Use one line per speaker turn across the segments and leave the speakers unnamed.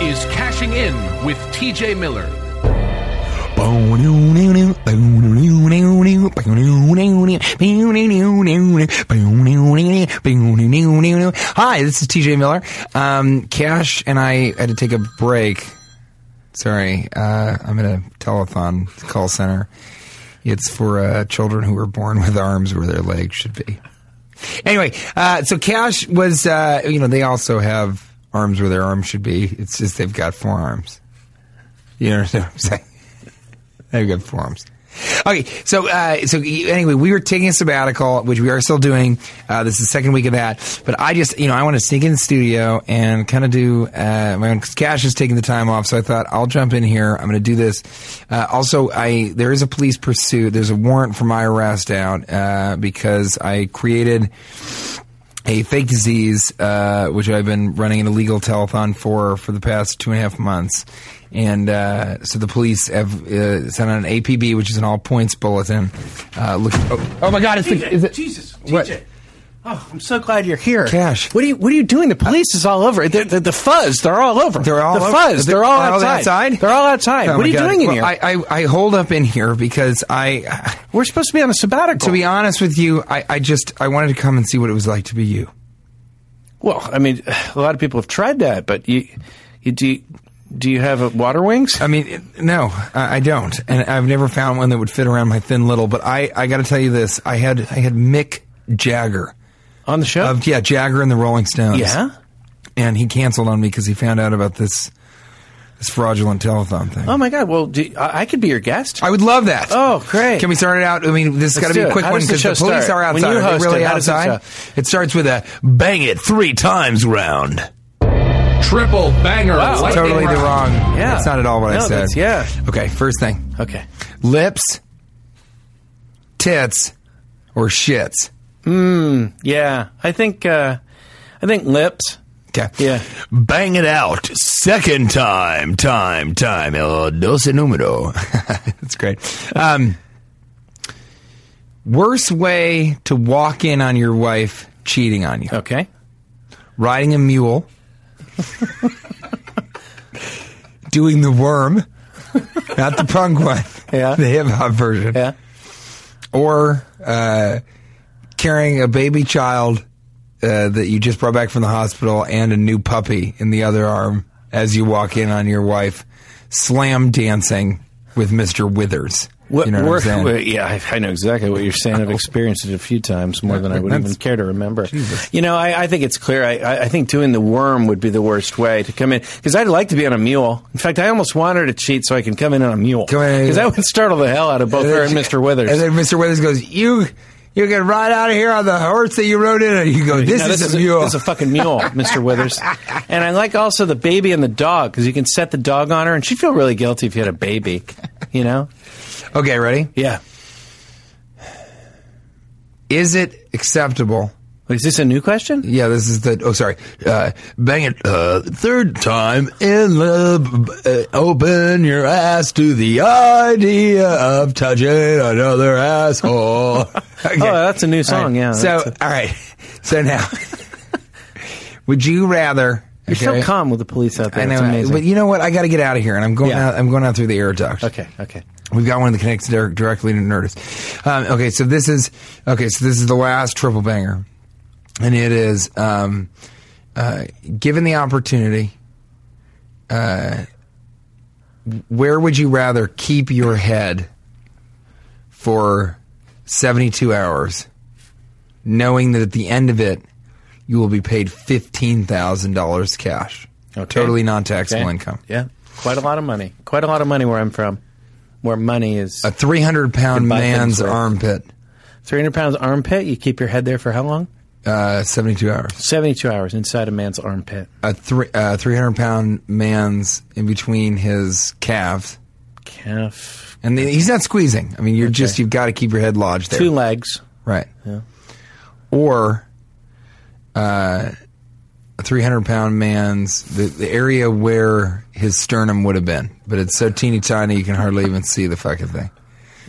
is Cashing In with TJ Miller.
Hi, this is TJ Miller. Um, Cash and I had to take a break. Sorry, uh, I'm in a telethon call center. It's for uh, children who were born with arms where their legs should be. Anyway, uh, so Cash was, uh, you know, they also have arms where their arms should be. It's just they've got four arms. You understand what I'm saying? They've got four arms. Okay, so uh, so anyway, we were taking a sabbatical, which we are still doing. Uh, this is the second week of that. But I just, you know, I want to sneak in the studio and kind of do uh, my own. Cause Cash is taking the time off, so I thought I'll jump in here. I'm going to do this. Uh, also, I there is a police pursuit. There's a warrant for my arrest out uh, because I created a fake disease, uh, which I've been running an illegal telethon for for the past two and a half months. And uh, so the police have uh, sent out an APB, which is an all points bulletin. Uh, look, oh, oh my God, it's the, is it
Jesus,
What?
TJ. Oh, I'm so glad you're here.
Cash.
What are you What are you doing? The police is all over. The, the, the fuzz, they're all over.
They're all
the
over-
fuzz. They're, all
are all
outside.
outside?
They're all outside.
Oh
what
my
are you
God.
doing in
Well,
here?
I, I I hold up in here because I,
We're supposed to be on a sabbatical.
to be honest with you, I, I just I wanted to come and see what it was like to be you.
well, I mean, a lot of people have tried that, but you, you do. You, do you have uh water wings?
I mean, it- no, I I don't, and I've never found one that would fit around my thin little. But I, I got to tell you this: I had, I had Mick Jagger
on the show?
of yeah, Jagger and the Rolling Stones.
yeah.
and he canceled on me because he found out about this, this fraudulent telethon thing.
Oh my God. Well, do, I, I could be your guest.
I would love that.
Oh, great.
Can we start it out? I mean, this has got to
Let's
be
do
a
it.
quick
How
one
does the
because the,
show
police
start?
are
When
outside.
you
Are
host
they really
it, how does it
outside?
start?
It starts with a bang it three times round.
Triple banger.
Wow.
lightning
Totally the
round.
wrong.
Yeah.
That's not at all what I
No,
said.
that's- yeah.
Okay, first thing.
okay.
lips, tits, or shits.
Yeah. I think. Uh, I think lips.
Okay.
Yeah.
Bang it out. Second time, time, time. El doce número. That's great. Um, worst way to walk in on your wife cheating on you.
Okay.
Riding a mule. doing the worm. Not the prunk one.
Yeah.
The hip hop version.
Yeah.
or uh, carrying a baby child uh, that you just brought back from the hospital and a new puppy in the other arm as you walk in on your wife, slam dancing with Mr. Withers.
What,
you know
we're-
what I'm
we're-
saying?
yeah, I, I know exactly what you're saying. I've experienced it a few times more than I would even
That's-
care to remember. You know, I, I think it's clear. I- I, I think doing the worm would be the worst way to come in because I'd like to be on a mule. In fact, I almost want her to cheat so I can come in on a mule
Come in-
because that would startle the hell out of both her and Mr. Withers.
And then Mr. Withers goes, "You, you can ride out of here on the horse that you rode in." And you go, "This,
No,
is, a mule."
this is a fucking mule, Mr. Withers. And I like also the baby and the dog because you can set the dog on her and she'd feel really guilty if you had a baby. You know?
okay, ready?
Yeah.
Is it acceptable
Wait, is this a new question?
Yeah, this is the. Oh, sorry. Uh, bang it uh, third time in the. Uh, open your ass to the idea of touching another asshole. Okay.
Oh, that's a new song. Yeah.
So,
that's a-
all right. So now, would you rather?
you're so calm with the police out there.
I know,
it's amazing.
but you know what? I got to get out of here, and I'm going
Yeah.
out. I'm going out thir- through the air duct.
okay. Okay.
We've got one that connects dir- directly to Nerdist. Um, okay, so this is okay. So this is the last triple banger, and it is um, uh, given the opportunity. Uh, where would you rather keep your head for seventy-two hours, knowing that at the end of it you will be paid fifteen thousand dollars cash,
Okay.
totally non-taxable
Okay.
income,
Yeah. Quite a lot of money. Quite a lot of money where I'm from. Where money is
a three hundred-pound
buy things
man's
with.
armpit.
300 pounds armpit. You keep your head there for how long?
Uh, 72 hours.
72 hours inside a man's armpit.
A three, uh, 300 pound man's in between his calves.
Calf.
And the, he's not squeezing. I mean, you're just, you've got to keep your head lodged there.
Two legs.
Right. Or uh, a 300 pound man's, the, the area where his sternum would have been. But it's so teeny tiny, you can hardly even see the fucking thing.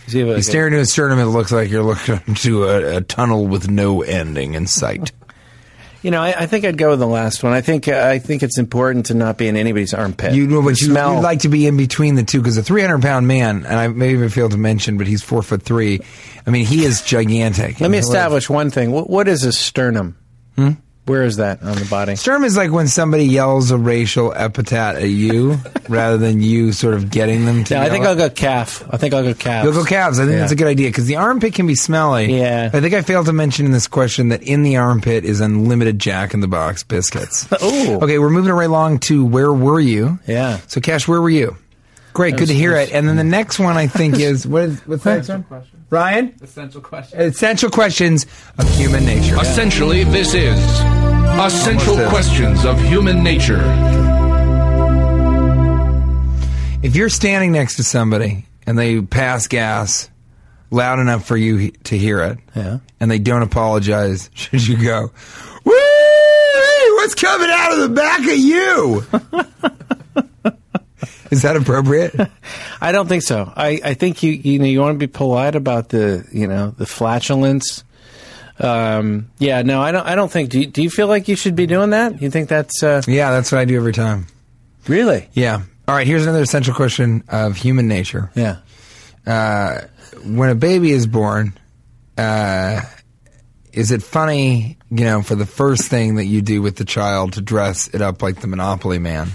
Does he have like
You
a-
stare into his sternum, it looks like you're looking into a, a tunnel with no ending in sight.
You know, I, I think I'd go with the last one. I think uh, I think it's important to not be in anybody's armpit.
You know, but you,
smell.
would like to be in between the two because a 300 pound man, and I may even fail to mention, but he's four foot three. I mean, he is gigantic.
Let me
And he'll-
establish one thing. What, what is a sternum?
Hmm?
Where is that on the body?
Sternum is like when somebody yells a racial epithet at you rather than you sort of getting them to.
Yeah, I
yell
think
it.
I'll go calf. I think I'll go calf.
You'll go calves. I think
Yeah.
that's a good idea because the armpit can be smelly.
Yeah.
I think I failed to mention in this question that in the armpit is unlimited Jack in the Box biscuits.
Ooh.
Okay, we're moving right along to where were you?
Yeah.
So, Cash, where were you? Great, good to hear it. And then the next one I think is what is what's the next one? Ryan,
Essential question.
essential questions of human nature.
Essentially, this is Essential
Almost is.
Questions of Human Nature.
If you're standing next to somebody and they pass gas loud enough for you he- to hear it,
Yeah.
and they don't apologize, should you go, "Woo! What's coming out of the back of you?" is that appropriate?
I don't think so. I, I think you you know you want to be polite about the you know the flatulence. Um, yeah, no, I don't. I don't think. Do you, do you feel like you should be doing that? You think that's uh,
yeah, that's what I do every time.
really?
Yeah. All right. Here's another essential question of human nature.
Yeah.
when a baby is born, uh, is it funny, you know, for the first thing that you do with the child to dress it up like the Monopoly man?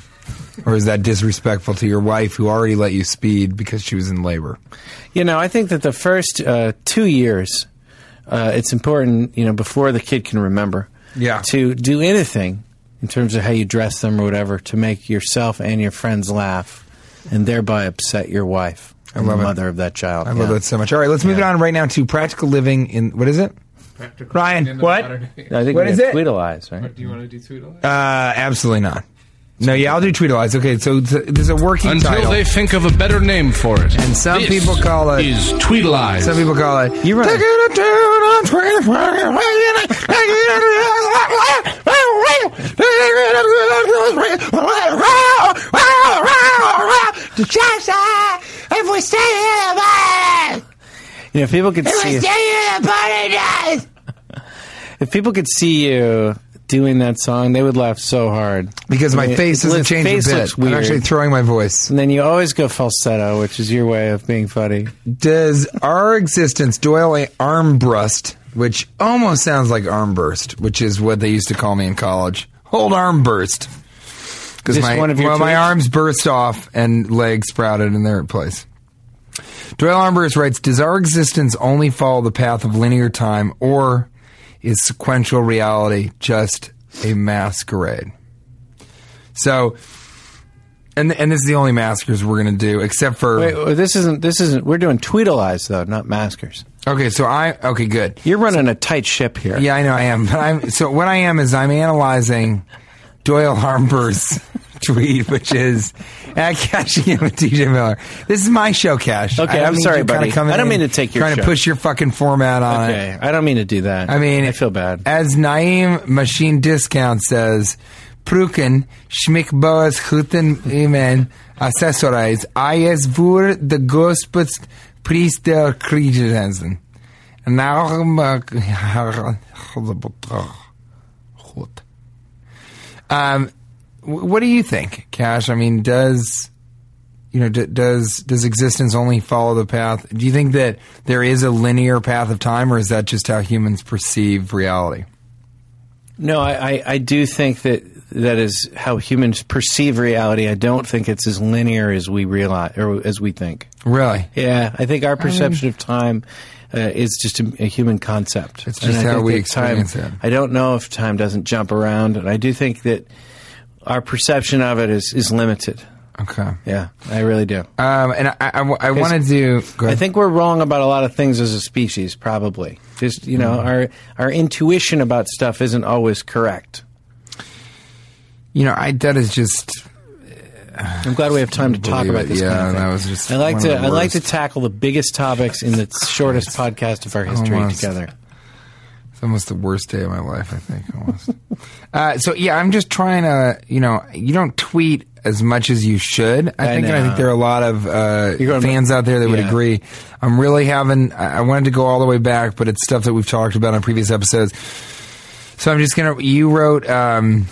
or is that disrespectful to your wife who already let you speed because she was in labor?
You know, I think that the first uh, two years, uh, it's important. You know, before the kid can remember.
Yeah.
To do anything in terms of how you dress them or whatever to make yourself and your friends laugh, and thereby upset your wife and
love
the
it.
mother of that child.
I love
Yeah.
that so much. All right, let's move it
Yeah.
on right now to practical living in what is it?
Practical
Ryan,
end of
what?
modern day.
I think
What
we
is
have
it?
Tweedleize, right?
Do you want to do Tweedle?
Uh, absolutely not. No, yeah, I'll do Tweedleize. Okay, so th- there's a working
Until
title.
they think of a better name for it.
And some
This
people call it-
Is Tweedleize.
Some people call it.
You're right.
Taking a tune on Twitter, Twitter, Twitter, Twitter, to just, uh, if we stay in the body,
You know, if people could
if
see
we stay in the body, guys.
if people could see you doing that song, they would laugh so hard.
Because my
Yeah,
face
it
doesn't
looks-
change
face
a bit.
looks
I'm
weird.
actually throwing my voice.
And then you always go falsetto, which is your way of being funny.
Does our existence, Doyle, a arm brust, which almost sounds like arm burst, which is what they used to call me in college. Hold arm burst. Because
Just
my,
one of your
well, my
tweets?
arms burst off and legs sprouted in their place. Doyle Armburst writes Does our existence only follow the path of linear time, or is sequential reality just a masquerade? So, and, and this is the only maskers we're going to do, except for.
Wait, wait, this isn't. This isn't. We're doing Tweedleize though, not Maskers.
Okay, so I. Okay, good.
You're running a tight ship here.
Yeah, I know I am. But I'm so what I am is I'm analyzing Doyle Harmbur's tweet, which is at Cashing In with TJ Miller. This is my show, Cash.
Okay,
I don't
I'm
mean
sorry,
you kinda
buddy.
coming
I don't
in
mean to take your
trying to
show.
push your fucking format on it.
Okay, I don't mean to do that.
I mean,
I feel bad.
As Naeem Machine Discount says, Pruken, Schmickboas, Huten, Imen, Assessorize, IS Vur, the Gospels, Priest der Kriegesensen. Naum, um, wh- what do you think, Cash? I mean, does you know, d- does does existence only follow the path? Do you think that there is a linear path of time, or is that just how humans perceive reality?
No, I, I, I do think that that is how humans perceive reality. I don't think it's as linear as we realize or as we think.
Really,
Yeah, I think our perception of time uh, is just a, a human concept.
It's just
And I
how
think
we
that
experience
time,
it.
I don't know if time doesn't jump around, and I do think that our perception of it is, is limited.
okay.
Yeah, I really do.
Um, and I, I, I- I wanted to. Go
I
ahead.
think we're wrong about a lot of things as a species, probably. Just you
Mm-hmm.
know, our our intuition about stuff isn't always correct.
you know, I that is just
I'm glad we have time to talk
Believe
about
it.
this.
Yeah,
kind of thing.
that was just
I like
one of
to
the
I like to
worst.
tackle the biggest topics in the shortest podcast of our history
Almost.
together.
It's almost the worst day of my life, I think. Almost. uh, so yeah, I'm just trying to, you know, you don't tweet as much as you should. I,
I
think, and I
know.
think there are a lot of
You're
uh,
going-
fans out there that would
Yeah.
agree. I'm really having. I I wanted to go all the way back, but it's stuff that we've talked about on previous episodes. So I'm just gonna. You wrote um,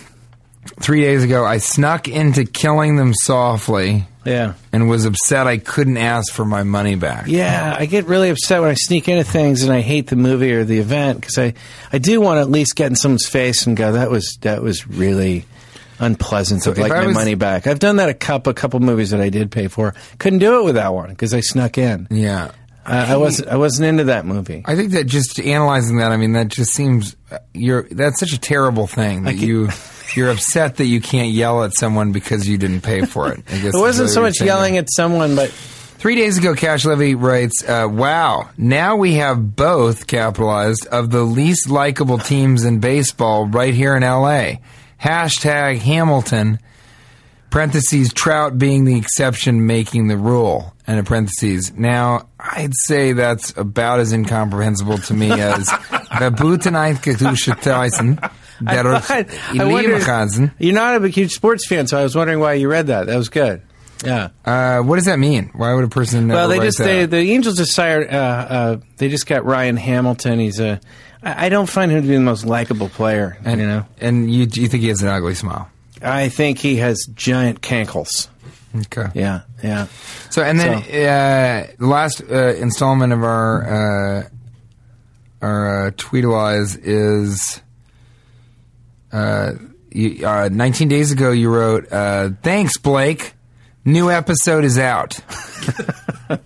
three days ago. I snuck into killing them softly
Yeah.
and was upset I couldn't ask for my money back.
Yeah, I get really upset when I sneak into things and I hate the movie or the event because I, I do want to at least get in someone's face and go, that was that was really unpleasant. I'd
if
like
I
my
was-
money back. I've done that a couple a couple movies that I did pay for. Couldn't do it with that one because I snuck in.
Yeah.
I, I wasn't I wasn't into that movie.
I think that just analyzing that, I mean, that just seems uh, you're that's such a terrible thing that you you're upset that you can't yell at someone because you didn't pay for it. I guess
It wasn't so much yelling at someone, but
Three days ago, Cash Levy writes, uh, "Wow, now we have both capitalized of the least likable teams in baseball right here in L.A." Hashtag Hamilton. Parentheses Trout being the exception, making the rule. And in parentheses. Now, I'd say that's about as incomprehensible to me as Verbutenheitgeduschetheisen, der
I, I wondered,
Liebkranzen.
you're not a huge sports fan, so I was wondering why you read that. That was good. Yeah.
Uh, What does that mean? Why would a person?
Well,
ever
they
write
just
that?
they, the Angels just hired. Uh, uh, they just got Ryan Hamilton. He's a. I I don't find him to be the most likable player.
and,
you know,
and you you think he has an ugly smile.
I think he has giant cankles.
Okay.
Yeah, yeah.
So and then uh, the last uh, installment of our uh, our uh, tweetalize is. Uh, you, uh, 19 days ago, you wrote, uh, "Thanks, Blake. New episode is out."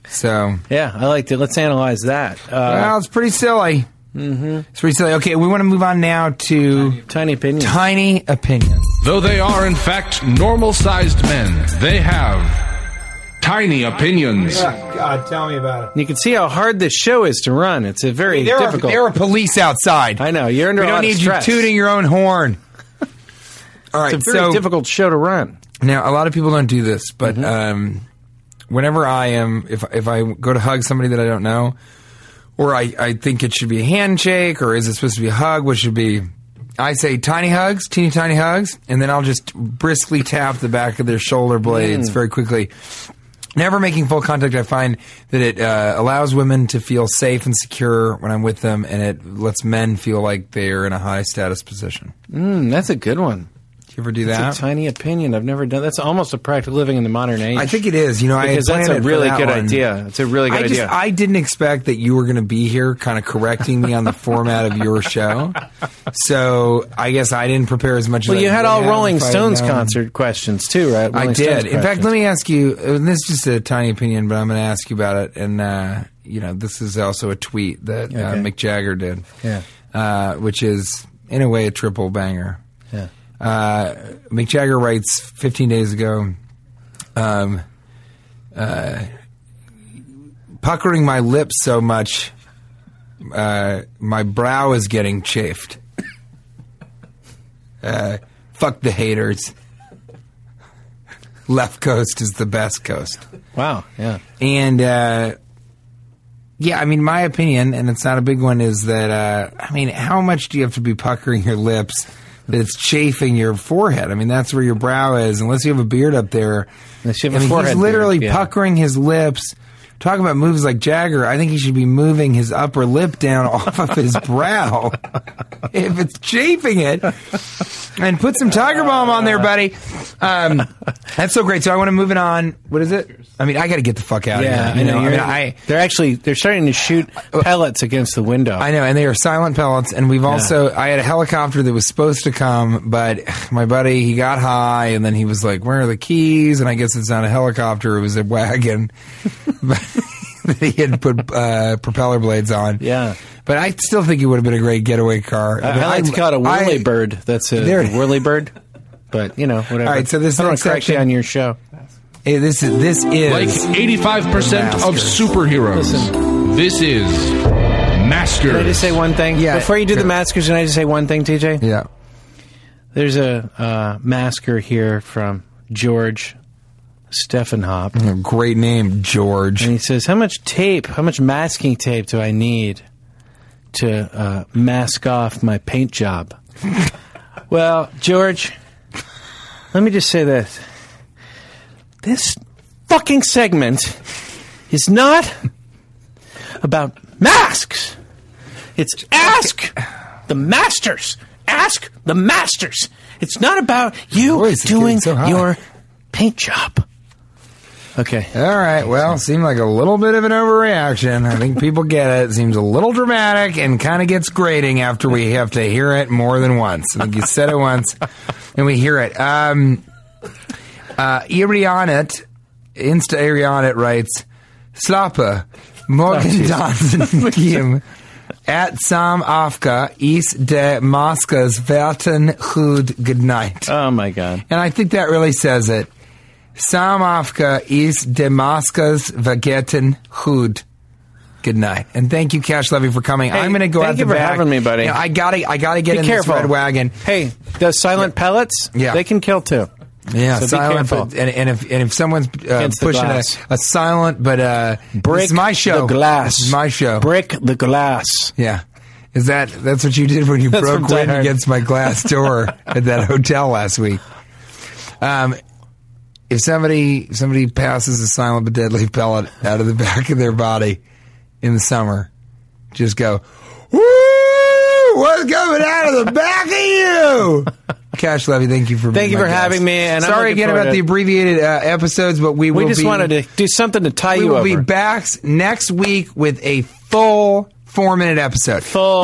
so,
Yeah, I liked it. Let's analyze that. Uh,
well, it's pretty silly. Mm-hmm. It's pretty silly. Okay, we want to move on now to
tiny opinion.
tiny opinions.
Though they are, in fact, normal sized men, they have tiny opinions.
Ah, God, tell me about it.
You can see how hard this show is to run. It's a very
There are,
difficult.
there are police outside.
I know you're under
We
a
don't
lot
need
of stress.
you tooting your own horn. All right,
It's a very
so
difficult show to run.
Now, a lot of people don't do this, but
Mm-hmm.
um, whenever I am, if if I go to hug somebody that I don't know, or I, I think it should be a handshake, or is it supposed to be a hug? What should be? I say tiny hugs, teeny tiny hugs, and then I'll just briskly tap the back of their shoulder
Mm.
blades very quickly. Never making full contact, I find that it uh, allows women to feel safe and secure when I'm with them, and it lets men feel like they're in a high status position. Hmm,
Mm, that's a good one.
Do you ever do that?
That's a tiny opinion. I've never done. That's almost a practical living in the modern age.
I think it is. You know, I had
because that's
planned
a
it for
really
that
good
one.
idea. It's a really good
I just
idea.
I didn't expect that you were going to be here, kind of correcting me on the format of your show. So I guess I didn't prepare as much.
well,
as
you
I
had
would
all
have
Rolling
if I had
Stones
known.
concert questions too, right?
I
Rolling Stones
did. In fact,
questions.
let me ask you. And this is just a tiny opinion, but I'm going to ask you about it. And uh, you know, this is also a tweet that uh,
Okay.
Mick Jagger did,
Yeah.
uh, which is in a way a triple banger.
Yeah.
Uh, Mick Jagger writes 15 days ago, um, uh, puckering my lips so much, uh, my brow is getting chafed. Uh, fuck the haters. left coast is the best coast.
Wow. Yeah.
And uh, yeah, I mean, my opinion, and it's not a big one, is that uh, I mean, how much do you have to be puckering your lips that it's chafing your forehead? I mean, that's where your brow is, unless you have a beard up there.
Unless you have
I
a
mean,
forehead
he's literally
beard, yeah.
puckering his lips. Talk about moves like Jagger. I think he should be moving his upper lip down off of his brow if it's chafing it. And put some Tiger Balm on there, buddy. Um, that's so great. So I want to move it on. What is it? I mean, I got to get the fuck out
Yeah.
of here. You know, I mean,
you're-
I,
they're actually they're starting to shoot pellets against the window.
I know, and they are silent pellets. And we've also, I had a helicopter that was supposed to come, but my buddy, he got high, and then he was like, "Where are the keys?" And I guess it's not a helicopter; it was a wagon but that he had put uh, propeller blades on.
Yeah.
but I still think it would have been a great getaway car.
I, I like to call it a whirly bird. That's a
There it-
whirly bird. But you know, whatever.
All right, so this
I don't
next
wanna correct you
section-
on your show.
Hey, this is this is
Like 85% of
Masters.
superheroes. This is Masters.
Can I just say one thing?
Yeah,
Before you do
sure.
the maskers, can I just say one thing, TJ?
yeah.
There's a uh, masker here from George Stephanhop.
A Great name, George.
And he says, How much tape, how much masking tape do I need to uh, mask off my paint job? well, George, let me just say this. This fucking segment is not about masks. It's ask the masters. Ask the masters. It's not about you
voice is getting
doing
so high.
your paint job. Okay.
All right. Well, seemed like a little bit of an overreaction. I think people get it. It seems a little dramatic and kind of gets grating after we have to hear it more than once. I think you said it once, and we hear it. Um, uh, Irionet, Insta Irionet writes, Slapper, Morgan Johnson, Kim, at Sam Afka, is de Maskers Werten Hud Goodnight.
Oh, my God.
And I think that really says it. Samavka is Damaskas Vagetten Hood. Good night, and thank you, Cash Levy, for coming. I'm going to go
thank
out
you
the
for
back.
having me, buddy.
You know, I gotta, I gotta get
Be
in
careful.
this red wagon.
Hey, those silent pellets,
Yeah.
they can kill too.
Yeah,
So be
silent.
careful.
But, and, and if and if someone's uh,
Against the
pushing a,
glass.
a silent, but uh,
Break
it's my show.
the glass.
This is my show.
Break the glass.
Yeah. Is that that's what you did when you
That's
broke
from Die
wind
Hard.
against my glass door at that hotel last week? Um, if somebody if somebody passes a silent but deadly pellet out of the back of their body in the summer, just go, "Woo! What's coming out of the back of you?" Cash Levy, thank you for
Thank
being
you
my
for
guest.
having me, and I'm
sorry
looking
again
forward
about
to-
the abbreviated uh, episodes, but we
We
will
just
be-
wanted to do something to tie
we
you
will
over.
be back s- next week with a full four minute episode.
Full.